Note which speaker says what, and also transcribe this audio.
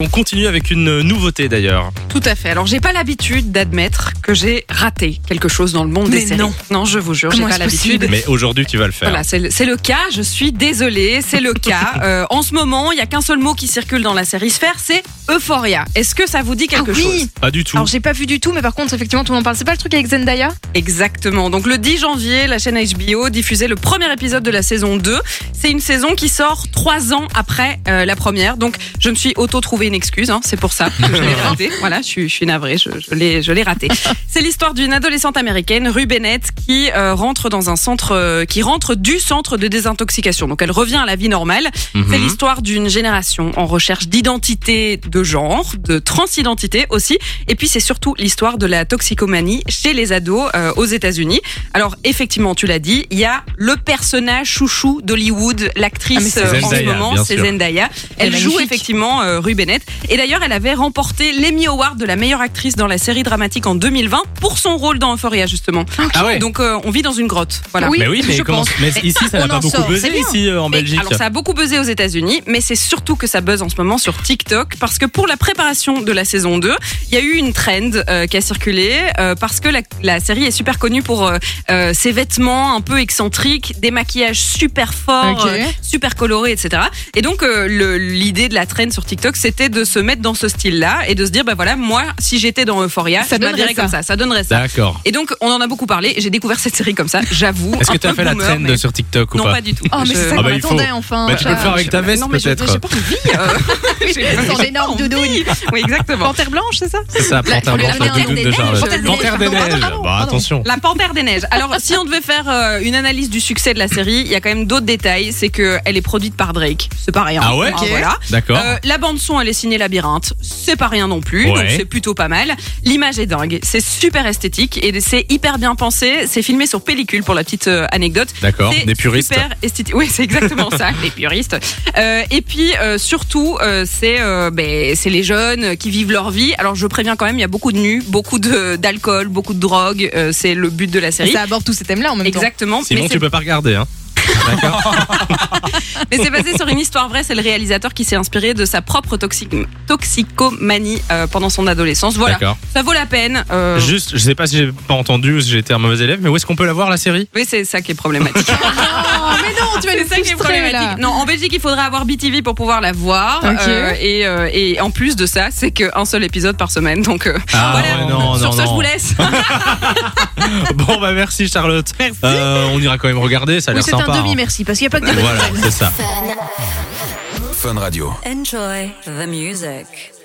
Speaker 1: On continue avec une nouveauté d'ailleurs.
Speaker 2: Tout à fait. Alors, j'ai pas l'habitude d'admettre que j'ai raté quelque chose dans le monde
Speaker 3: Mais
Speaker 2: des séries.
Speaker 3: non.
Speaker 2: je vous jure, j'ai
Speaker 3: Comment
Speaker 2: pas
Speaker 3: est-ce
Speaker 2: l'habitude.
Speaker 3: possible
Speaker 1: Mais aujourd'hui, tu vas le faire.
Speaker 2: Voilà, c'est le, c'est le cas. Je suis désolée, c'est le cas. Euh, en ce moment, il y a qu'un seul mot qui circule dans la série Sphère, c'est Euphoria. Est-ce que ça vous dit quelque
Speaker 3: ah oui
Speaker 2: chose
Speaker 1: Pas du tout.
Speaker 3: Alors j'ai pas vu du tout, mais par contre effectivement tout le monde parle. C'est pas le truc avec Zendaya
Speaker 2: Exactement. Donc le 10 janvier, la chaîne HBO diffusait le premier épisode de la saison 2. C'est une saison qui sort trois ans après euh, la première. Donc je me suis auto-trouvé une excuse. hein. c'est pour ça que je l'ai raté. Voilà, je suis, je suis navrée, je, je l'ai, je l'ai raté. C'est l'histoire d'une adolescente américaine, Rue Bennett, qui euh, rentre dans un centre, euh, qui rentre du centre de désintoxication. Donc elle revient à la vie normale.
Speaker 1: Mhm.
Speaker 2: C'est l'histoire d'une génération en recherche d'identité de genre, de transidentité aussi. Et puis c'est surtout l'histoire de la toxicomanie chez les ados euh, aux États-Unis. Alors effectivement, tu l'as dit, il y a le personnage chouchou d'Hollywood,
Speaker 3: Ah, mais
Speaker 2: l'actrice
Speaker 3: c'est
Speaker 2: euh, en ce
Speaker 1: Zendaya,
Speaker 2: moment,
Speaker 1: bien
Speaker 2: c'est
Speaker 1: sûr.
Speaker 2: Zendaya.
Speaker 3: Elle
Speaker 2: Elle
Speaker 3: est
Speaker 2: joue
Speaker 3: magnifique.
Speaker 2: effectivement euh, Rue Bennett. Et d'ailleurs, elle avait remporté l'Emmy Award de la meilleure actrice dans la série dramatique en 2020 pour son rôle dans Euphoria justement.
Speaker 1: Ah ouais.
Speaker 2: Donc euh, on vit dans une grotte. Voilà.
Speaker 3: Oui,
Speaker 1: mais oui, mais
Speaker 3: je
Speaker 1: comment
Speaker 3: pense.
Speaker 1: mais
Speaker 3: Mais
Speaker 1: ici, ça n'a
Speaker 3: on
Speaker 1: pas
Speaker 3: en
Speaker 1: beaucoup
Speaker 3: sort, c'est
Speaker 1: buzzé
Speaker 3: bien.
Speaker 1: ici euh, en
Speaker 2: Et
Speaker 1: Belgique.
Speaker 2: Alors ça a beaucoup buzzé aux États-Unis, mais c'est surtout que ça buzz en ce moment sur TikTok parce que pour la préparation de la saison 2, il y a eu une trend euh, qui a circulé euh, parce que la, la série est super connue pour euh, euh, ses vêtements un peu excentriques, des maquillages super forts,
Speaker 3: Ok.
Speaker 2: euh, super colorés, etc. Et donc euh, le- l'idée de la trend sur TikTok, c'était de se mettre dans ce style-là et de se dire bah voilà, moi si j'étais dans Euphoria,
Speaker 3: Ça
Speaker 2: je m'habillerais
Speaker 3: donnerait ça.
Speaker 2: comme ça, ça donnerait ça.
Speaker 1: D'accord.
Speaker 2: Et donc on en a beaucoup parlé, et j'ai découvert cette série comme ça, j'avoue.
Speaker 1: Est-ce
Speaker 2: un
Speaker 1: que tu as
Speaker 2: peu
Speaker 1: fait la
Speaker 2: boomer,
Speaker 1: trend
Speaker 2: mais-
Speaker 1: sur TikTok ou
Speaker 2: Non,
Speaker 1: pas
Speaker 2: pas du tout.
Speaker 3: Oh mais
Speaker 2: Je-
Speaker 3: c'est ça
Speaker 1: Ah
Speaker 3: qu'on
Speaker 1: bah, il faut.
Speaker 3: attendait enfin.
Speaker 1: Bah, tu peux le faire avec ta veste
Speaker 2: non, mais je-
Speaker 1: peut-être.
Speaker 2: J'ai pas envie.
Speaker 3: hein.
Speaker 2: euh, j'ai pas-
Speaker 3: Son
Speaker 2: j'ai pas
Speaker 3: énorme
Speaker 2: envie.
Speaker 3: doudoune.
Speaker 2: Oui, exactement.
Speaker 3: Panthère blanche, c'est ça
Speaker 1: C'est ça,
Speaker 3: La-
Speaker 1: Panthère
Speaker 3: la-
Speaker 1: Blanche,
Speaker 3: la-
Speaker 1: la
Speaker 3: la-
Speaker 1: doudoune
Speaker 3: la-
Speaker 1: de
Speaker 3: la-
Speaker 1: Charlotte.
Speaker 3: la- la-
Speaker 1: Panthère des
Speaker 3: la- la- la-
Speaker 1: Neiges.
Speaker 3: la- la-
Speaker 1: Bah, attention.
Speaker 2: La Panthère des Neiges. Alors, si on devait faire euh, une analyse du succès de la série, il y a quand même d'autres détails. C'est qu'elle est produite par Drake. C'est pas rien. Hein,
Speaker 1: Ah ouais
Speaker 2: voilà.
Speaker 1: D'accord.
Speaker 2: Euh, la bande son, elle est signée Labyrinthe. C'est pas rien non plus, donc
Speaker 1: Ouais.
Speaker 2: c'est plutôt pas mal. L'image est dingue, c'est super esthétique et c'est hyper bien pensé. C'est filmé sur pellicule pour la petite euh, anecdote.
Speaker 1: D'accord,
Speaker 2: C'est
Speaker 1: Hein, des puristes.
Speaker 2: Super esthétique. Oui, c'est exactement ça, les puristes. Euh, et puis euh, surtout, euh, c'est euh, ben, c'est les jeunes qui vivent leur vie. Alors je préviens quand même, il y a beaucoup de nus, beaucoup de d'alcool, beaucoup de drogue. Euh, c'est le but de la série.
Speaker 3: Ça aborde tous ces thèmes-là en même temps.
Speaker 2: Exactement.
Speaker 1: Sinon,
Speaker 2: mais
Speaker 1: tu
Speaker 2: c'est-
Speaker 1: peux pas regarder. Hein. D'accord.
Speaker 2: mais c'est basé sur une histoire vraie. C'est le réalisateur qui s'est inspiré de sa propre toxic- toxicomanie euh, pendant son adolescence. Voilà,
Speaker 1: D'accord.
Speaker 2: ça vaut la peine. euh,
Speaker 1: Juste, je sais pas si j'ai pas entendu ou si j'étais un mauvais élève, mais où est-ce qu'on peut la voir la série
Speaker 2: Oui, c'est ça qui est problématique.
Speaker 3: Oh mais non, tu vas
Speaker 2: C'est
Speaker 3: nous
Speaker 2: ça qui est
Speaker 3: frustrer là.
Speaker 2: problématique. Non, en Belgique, il faudrait avoir BTV pour pouvoir la voir.
Speaker 3: Ok.
Speaker 2: Euh, et, euh, et en plus de ça, c'est qu'un seul épisode par semaine. Donc euh,
Speaker 1: Ah,
Speaker 2: voilà.
Speaker 1: ouais, non,
Speaker 2: Sur
Speaker 1: non,
Speaker 2: ce, je
Speaker 1: non.
Speaker 2: vous laisse.
Speaker 1: Bon, bah merci Charlotte.
Speaker 2: Merci.
Speaker 1: Euh, on ira quand même regarder, ça a
Speaker 3: Oui,
Speaker 1: l'air
Speaker 3: c'est un
Speaker 1: sympa.
Speaker 3: demi merci parce qu'il n'y a pas que des
Speaker 1: hein.
Speaker 3: bonnes
Speaker 1: Voilà,
Speaker 3: nouvelles.
Speaker 1: c'est ça.
Speaker 4: Fun Radio.
Speaker 5: Enjoy the music.